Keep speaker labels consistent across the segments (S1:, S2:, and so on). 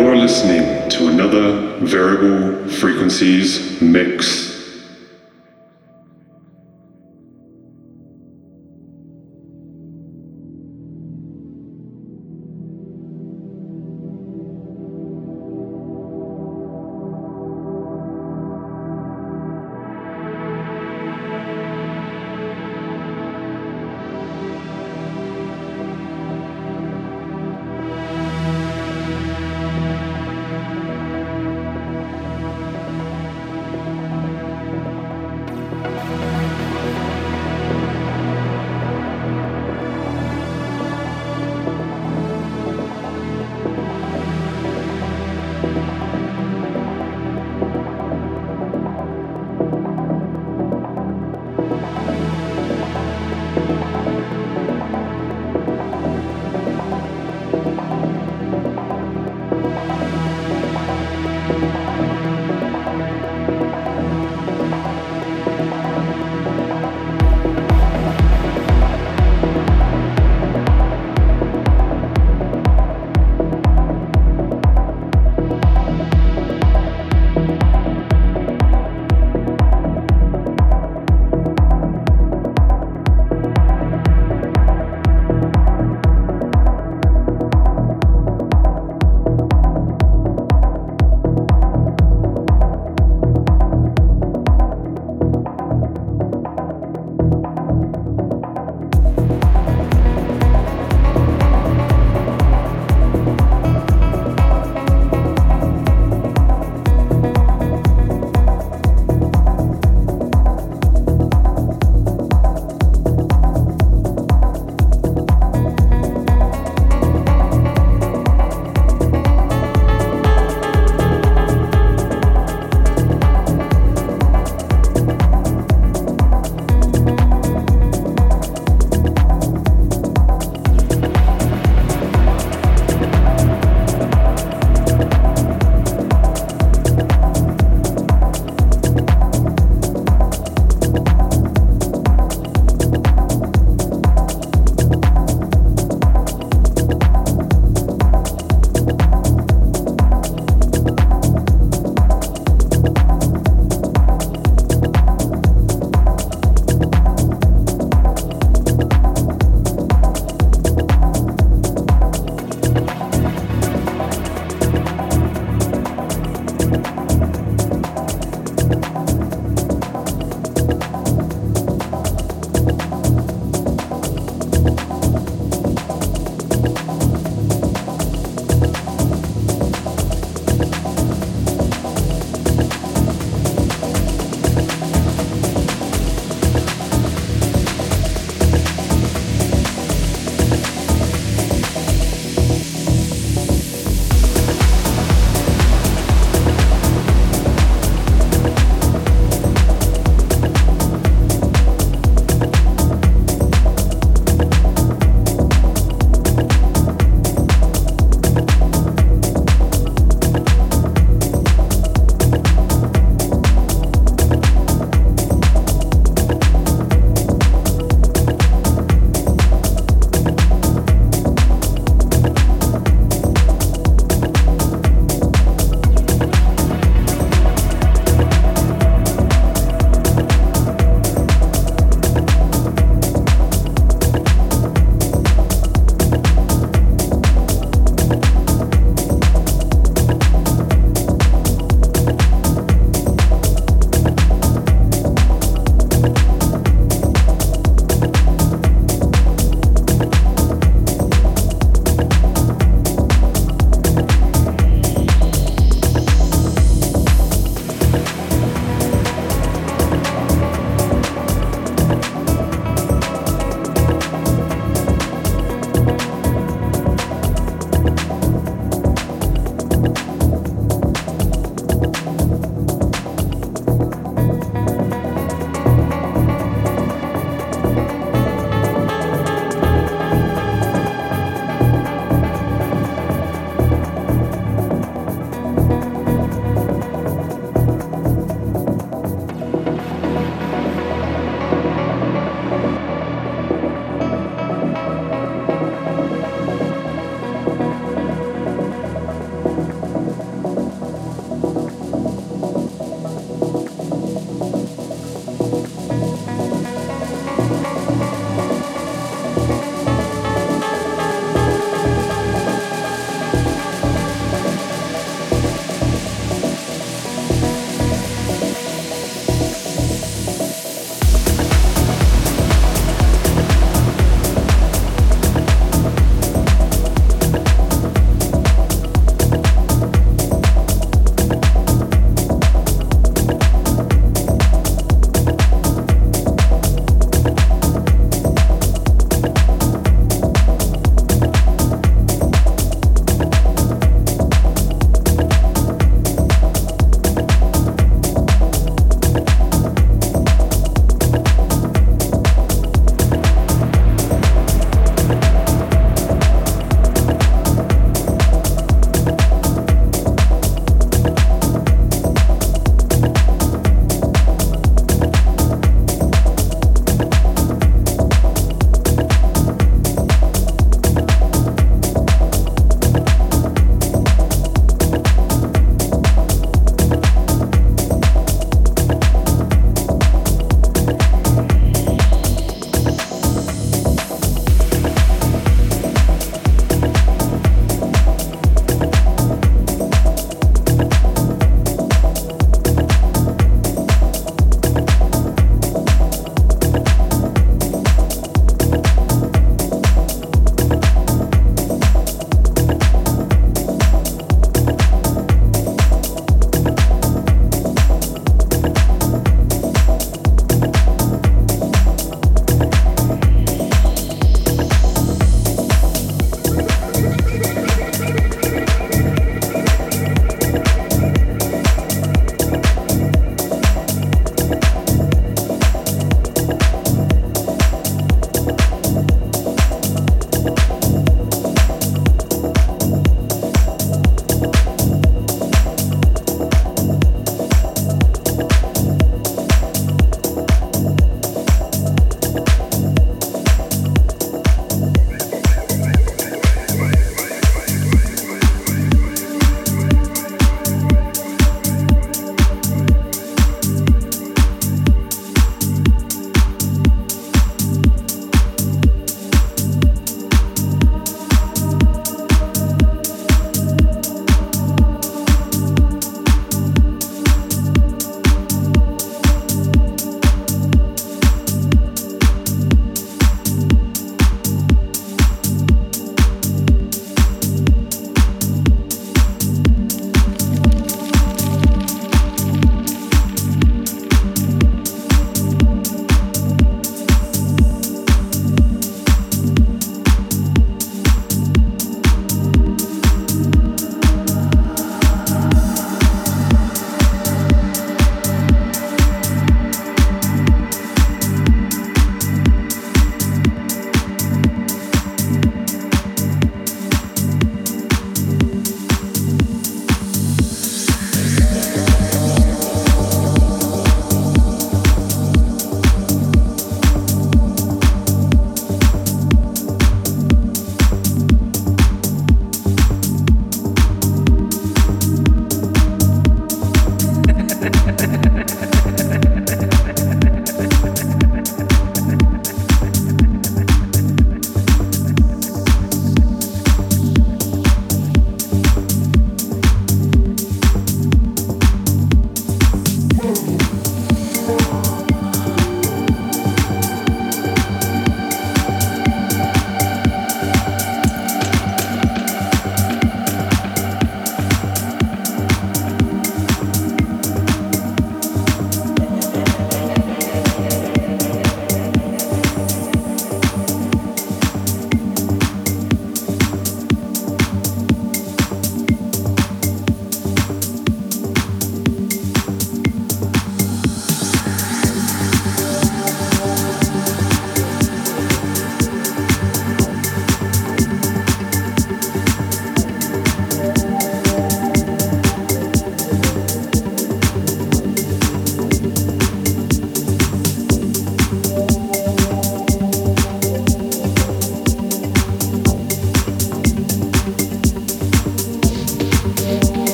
S1: listening to another Variable Frequencies mix.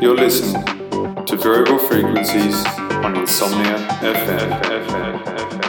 S2: You're listening to Variable Frequencies on Insomnia FM.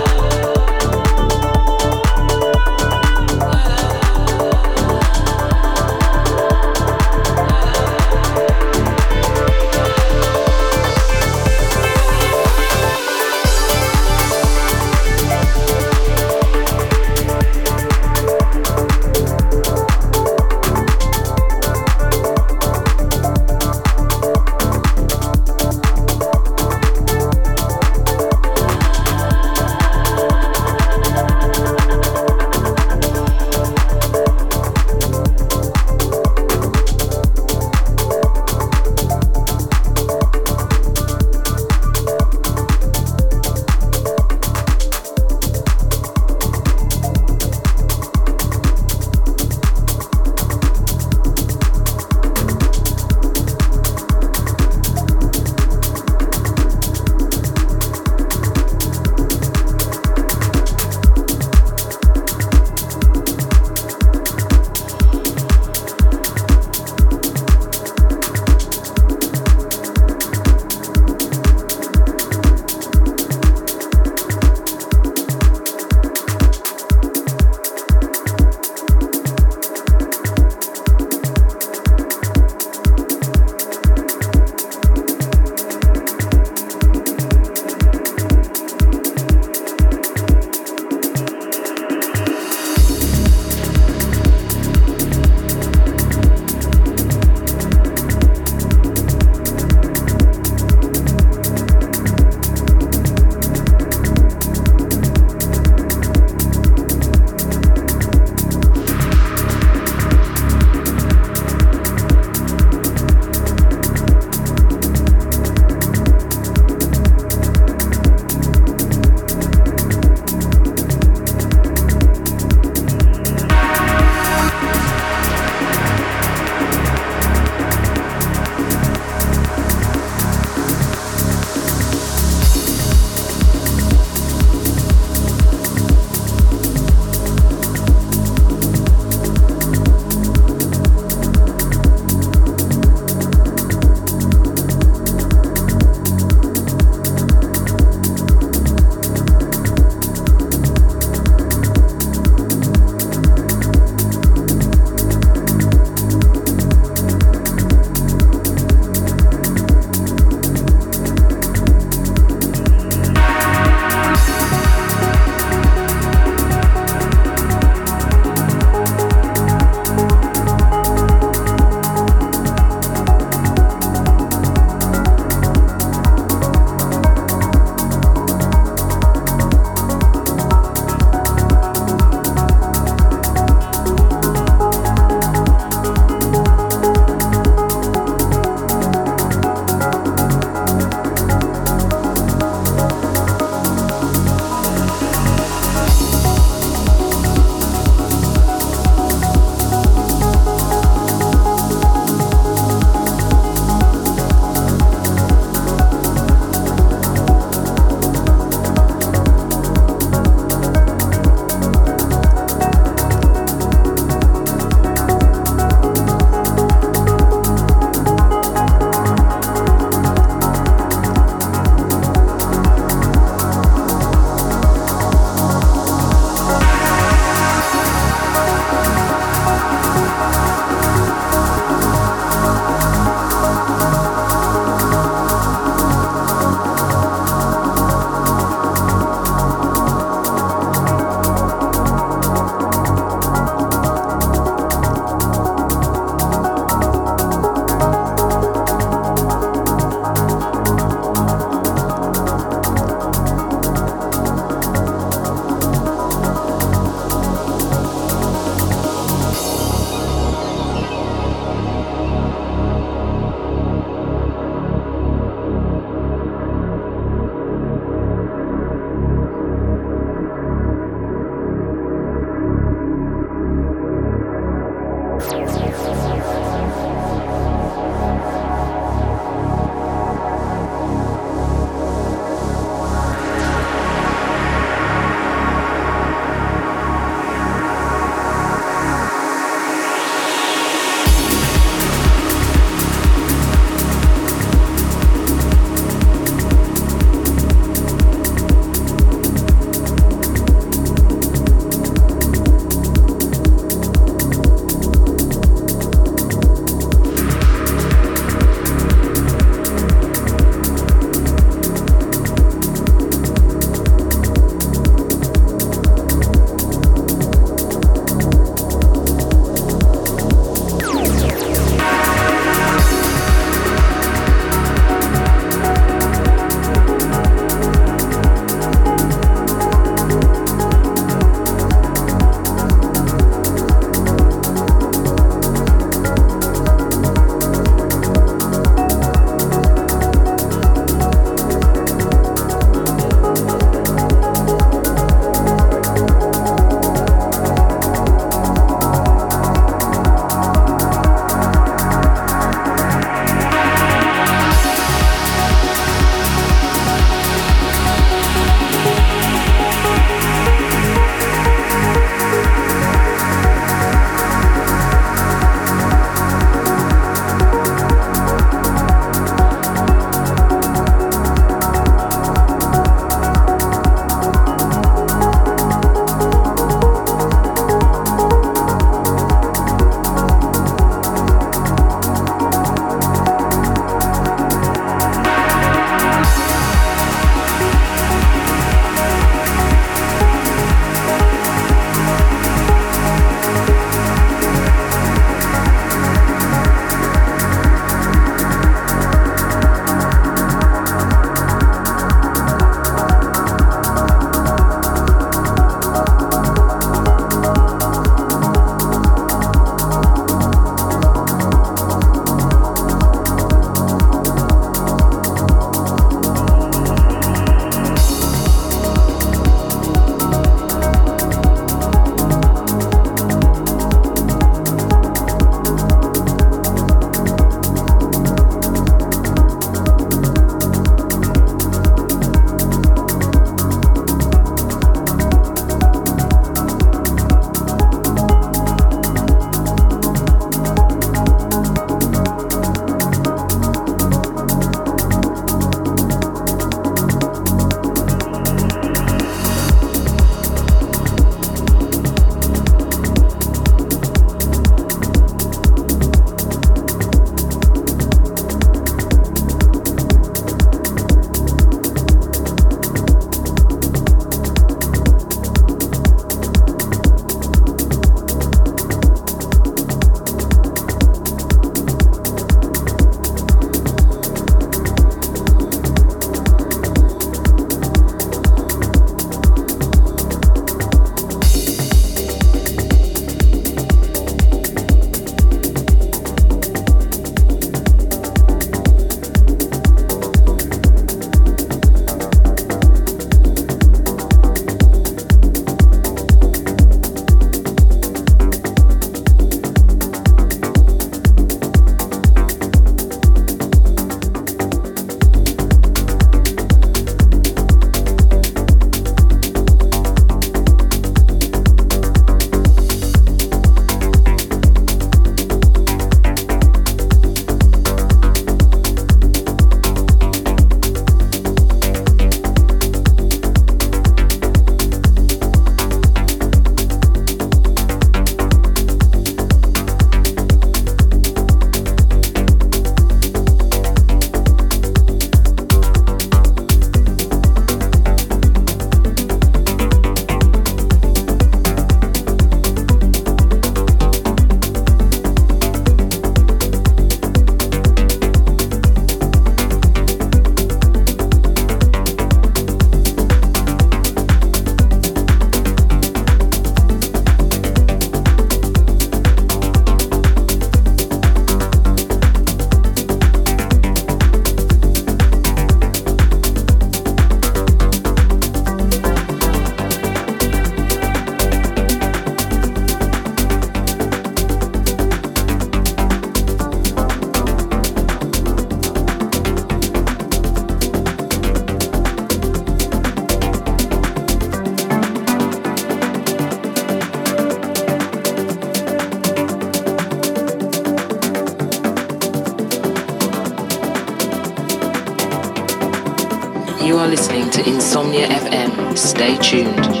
S3: You are listening to Insomnia FM. Stay tuned.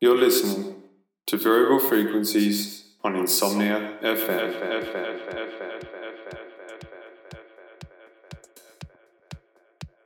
S2: You're listening to Variable Frequencies on Insomnia FM.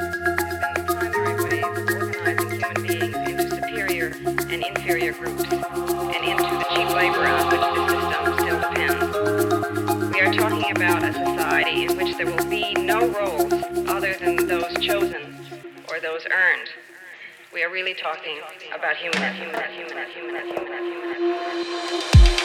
S4: primary ways of organizing human beings into superior and inferior groups and into the cheap labor on which the system still depends. We are talking about a society in which there will be no roles other than those chosen or those earned. We are really talking about human, human, human, human, human, human.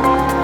S5: Thank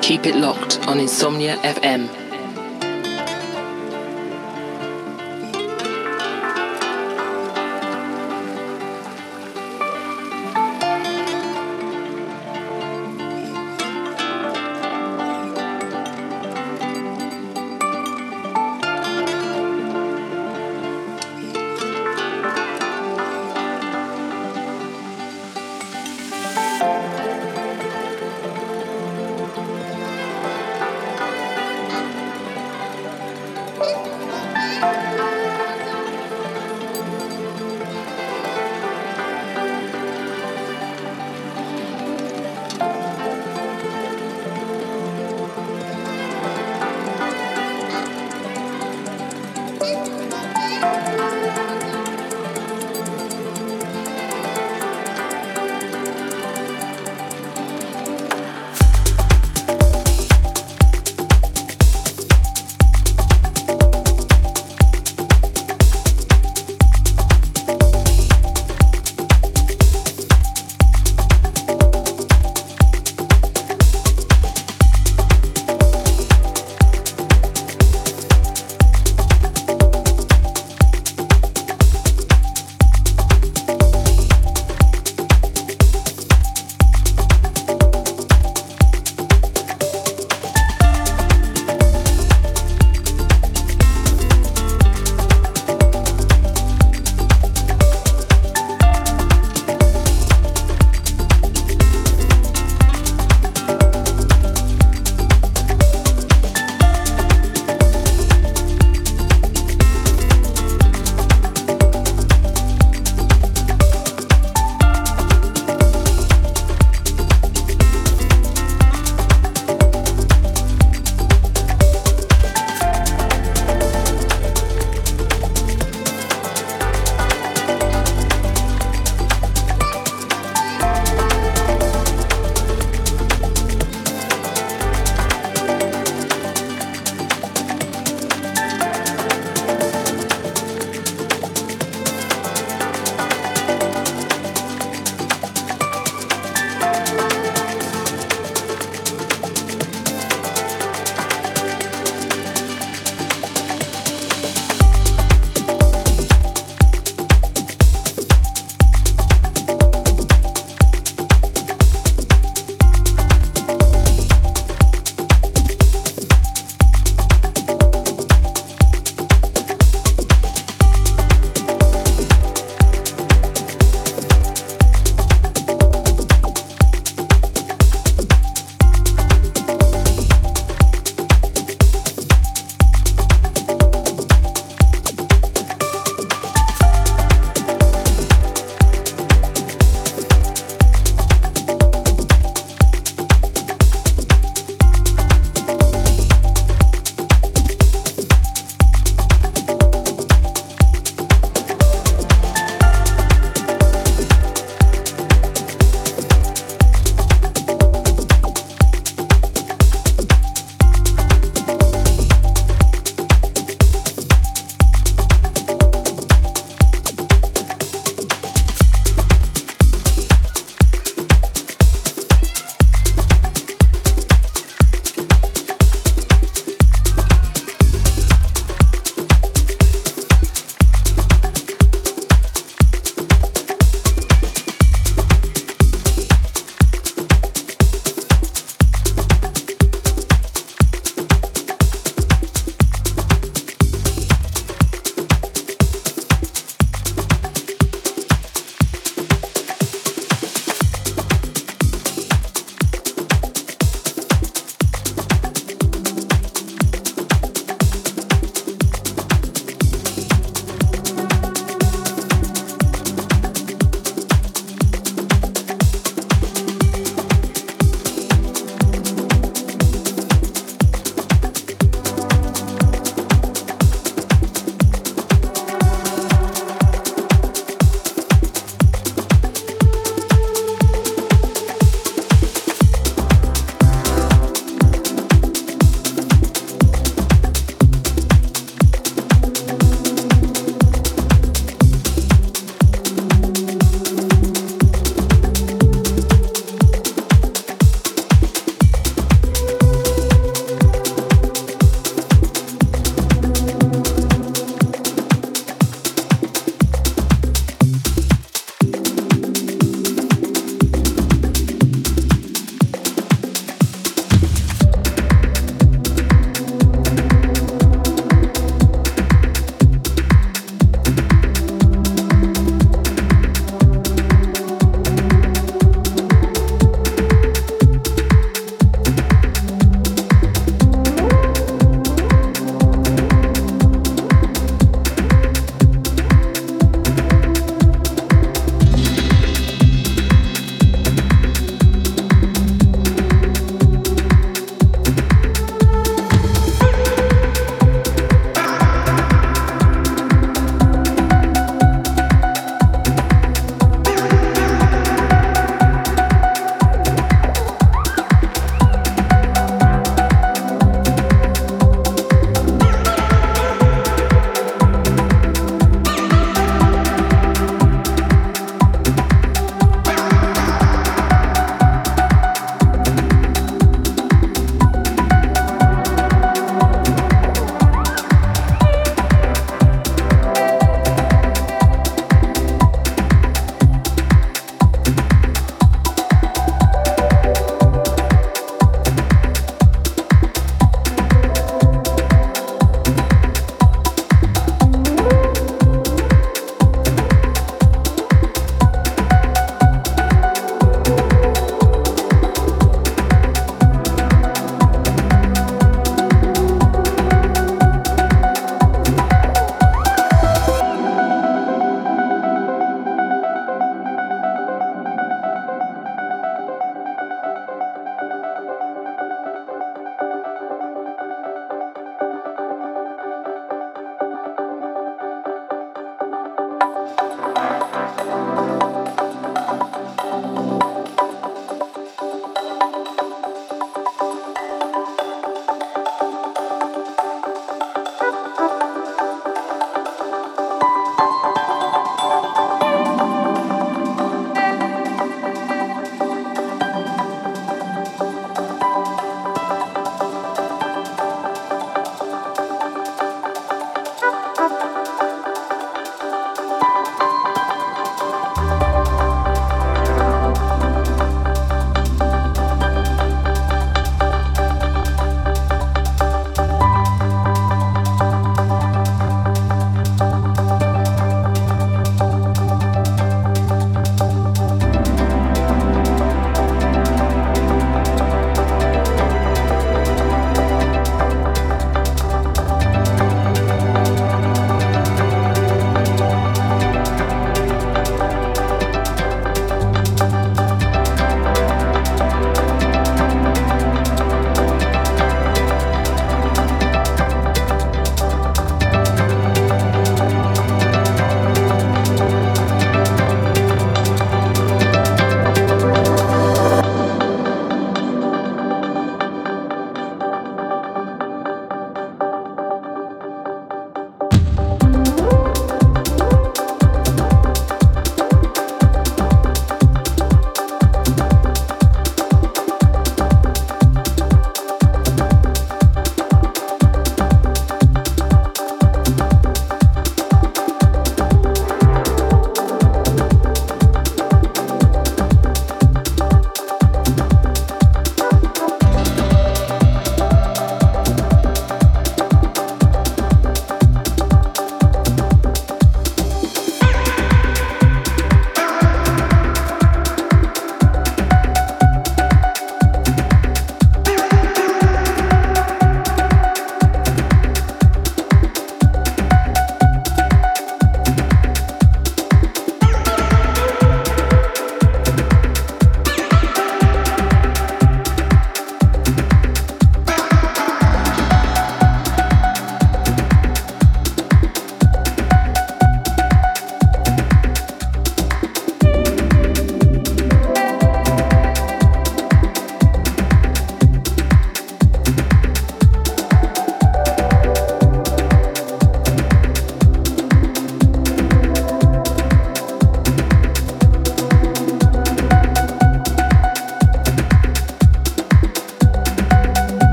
S3: Keep it locked on Insomnia FM.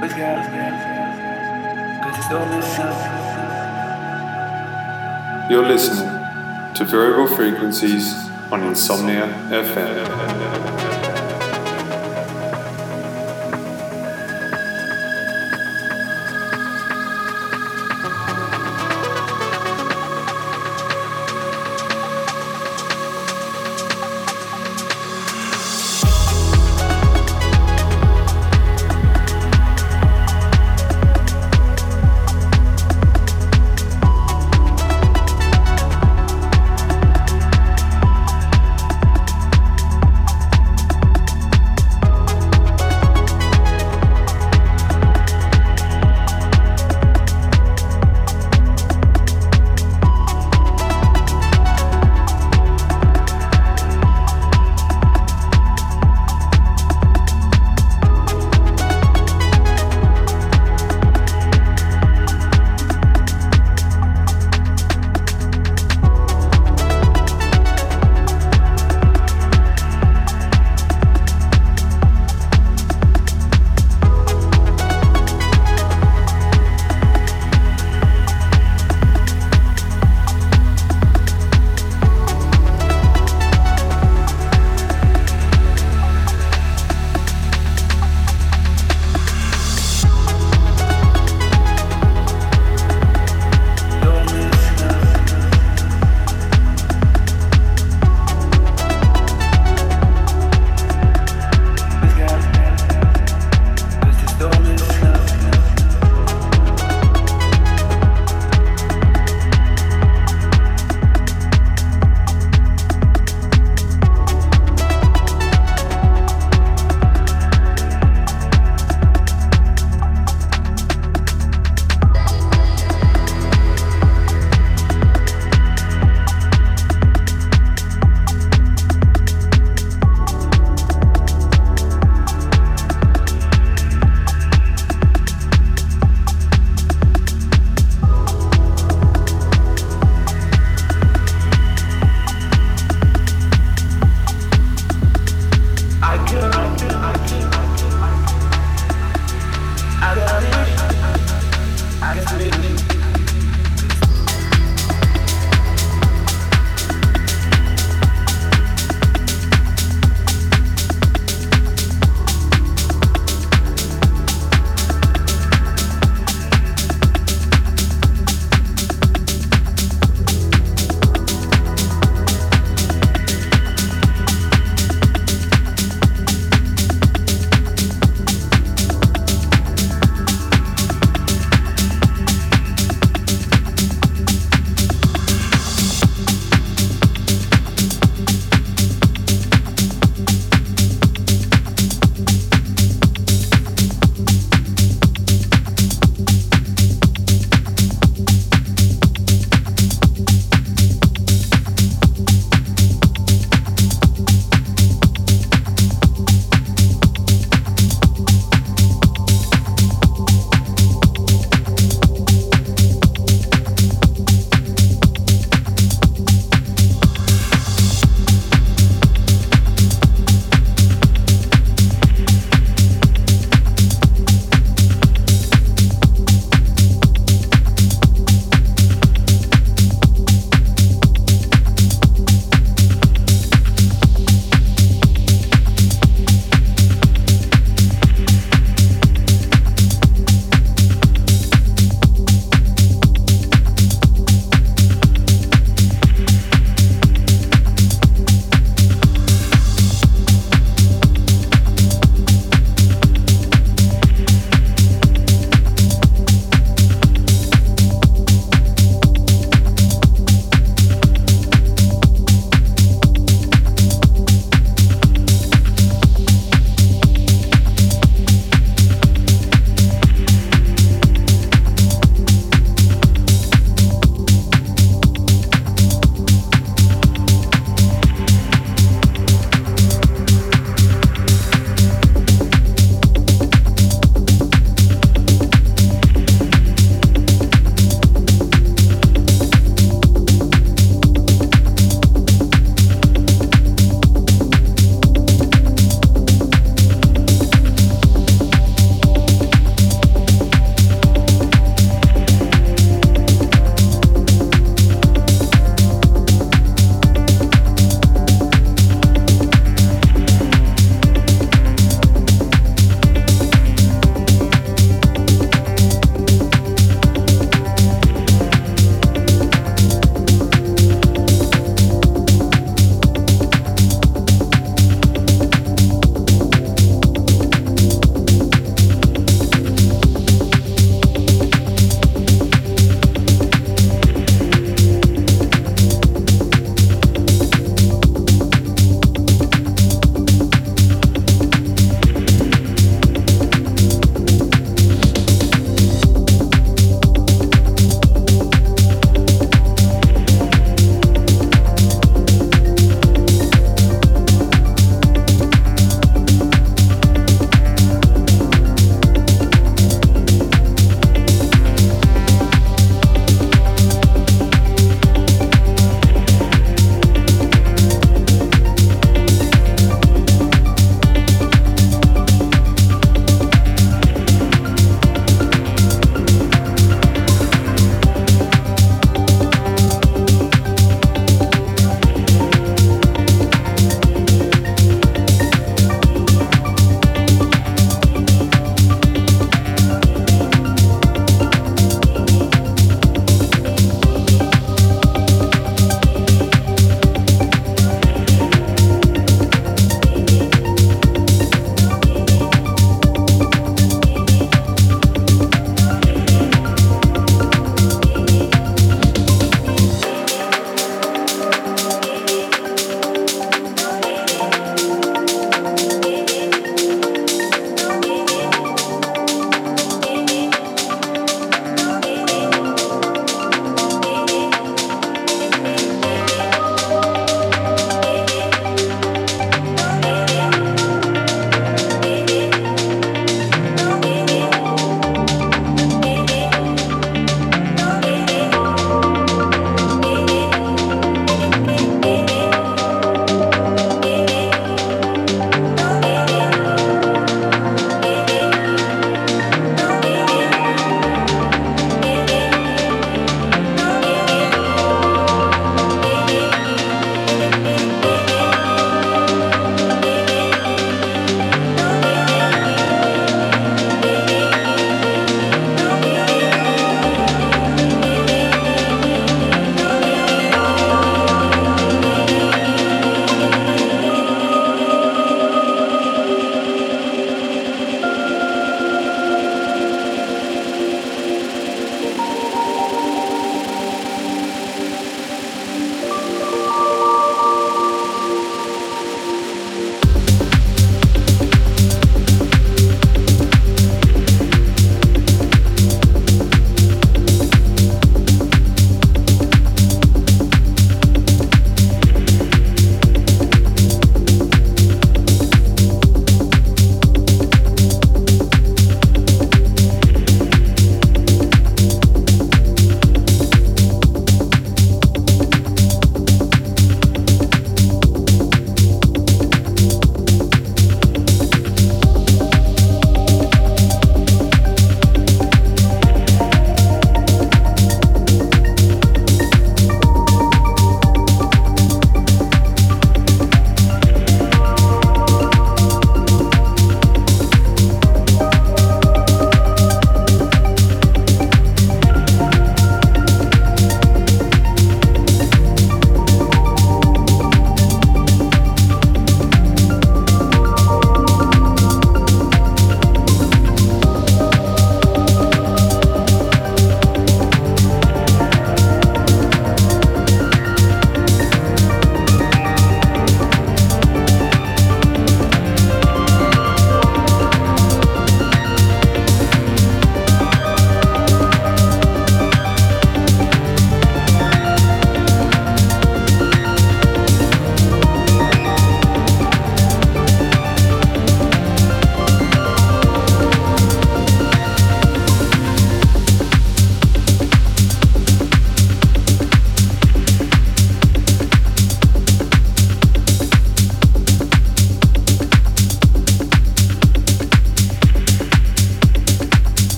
S5: Let's go. Cause it's all this up.
S2: You're listening to Variable Frequencies on Insomnia FM.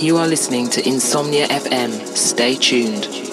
S3: You are listening to Insomnia FM. Stay tuned.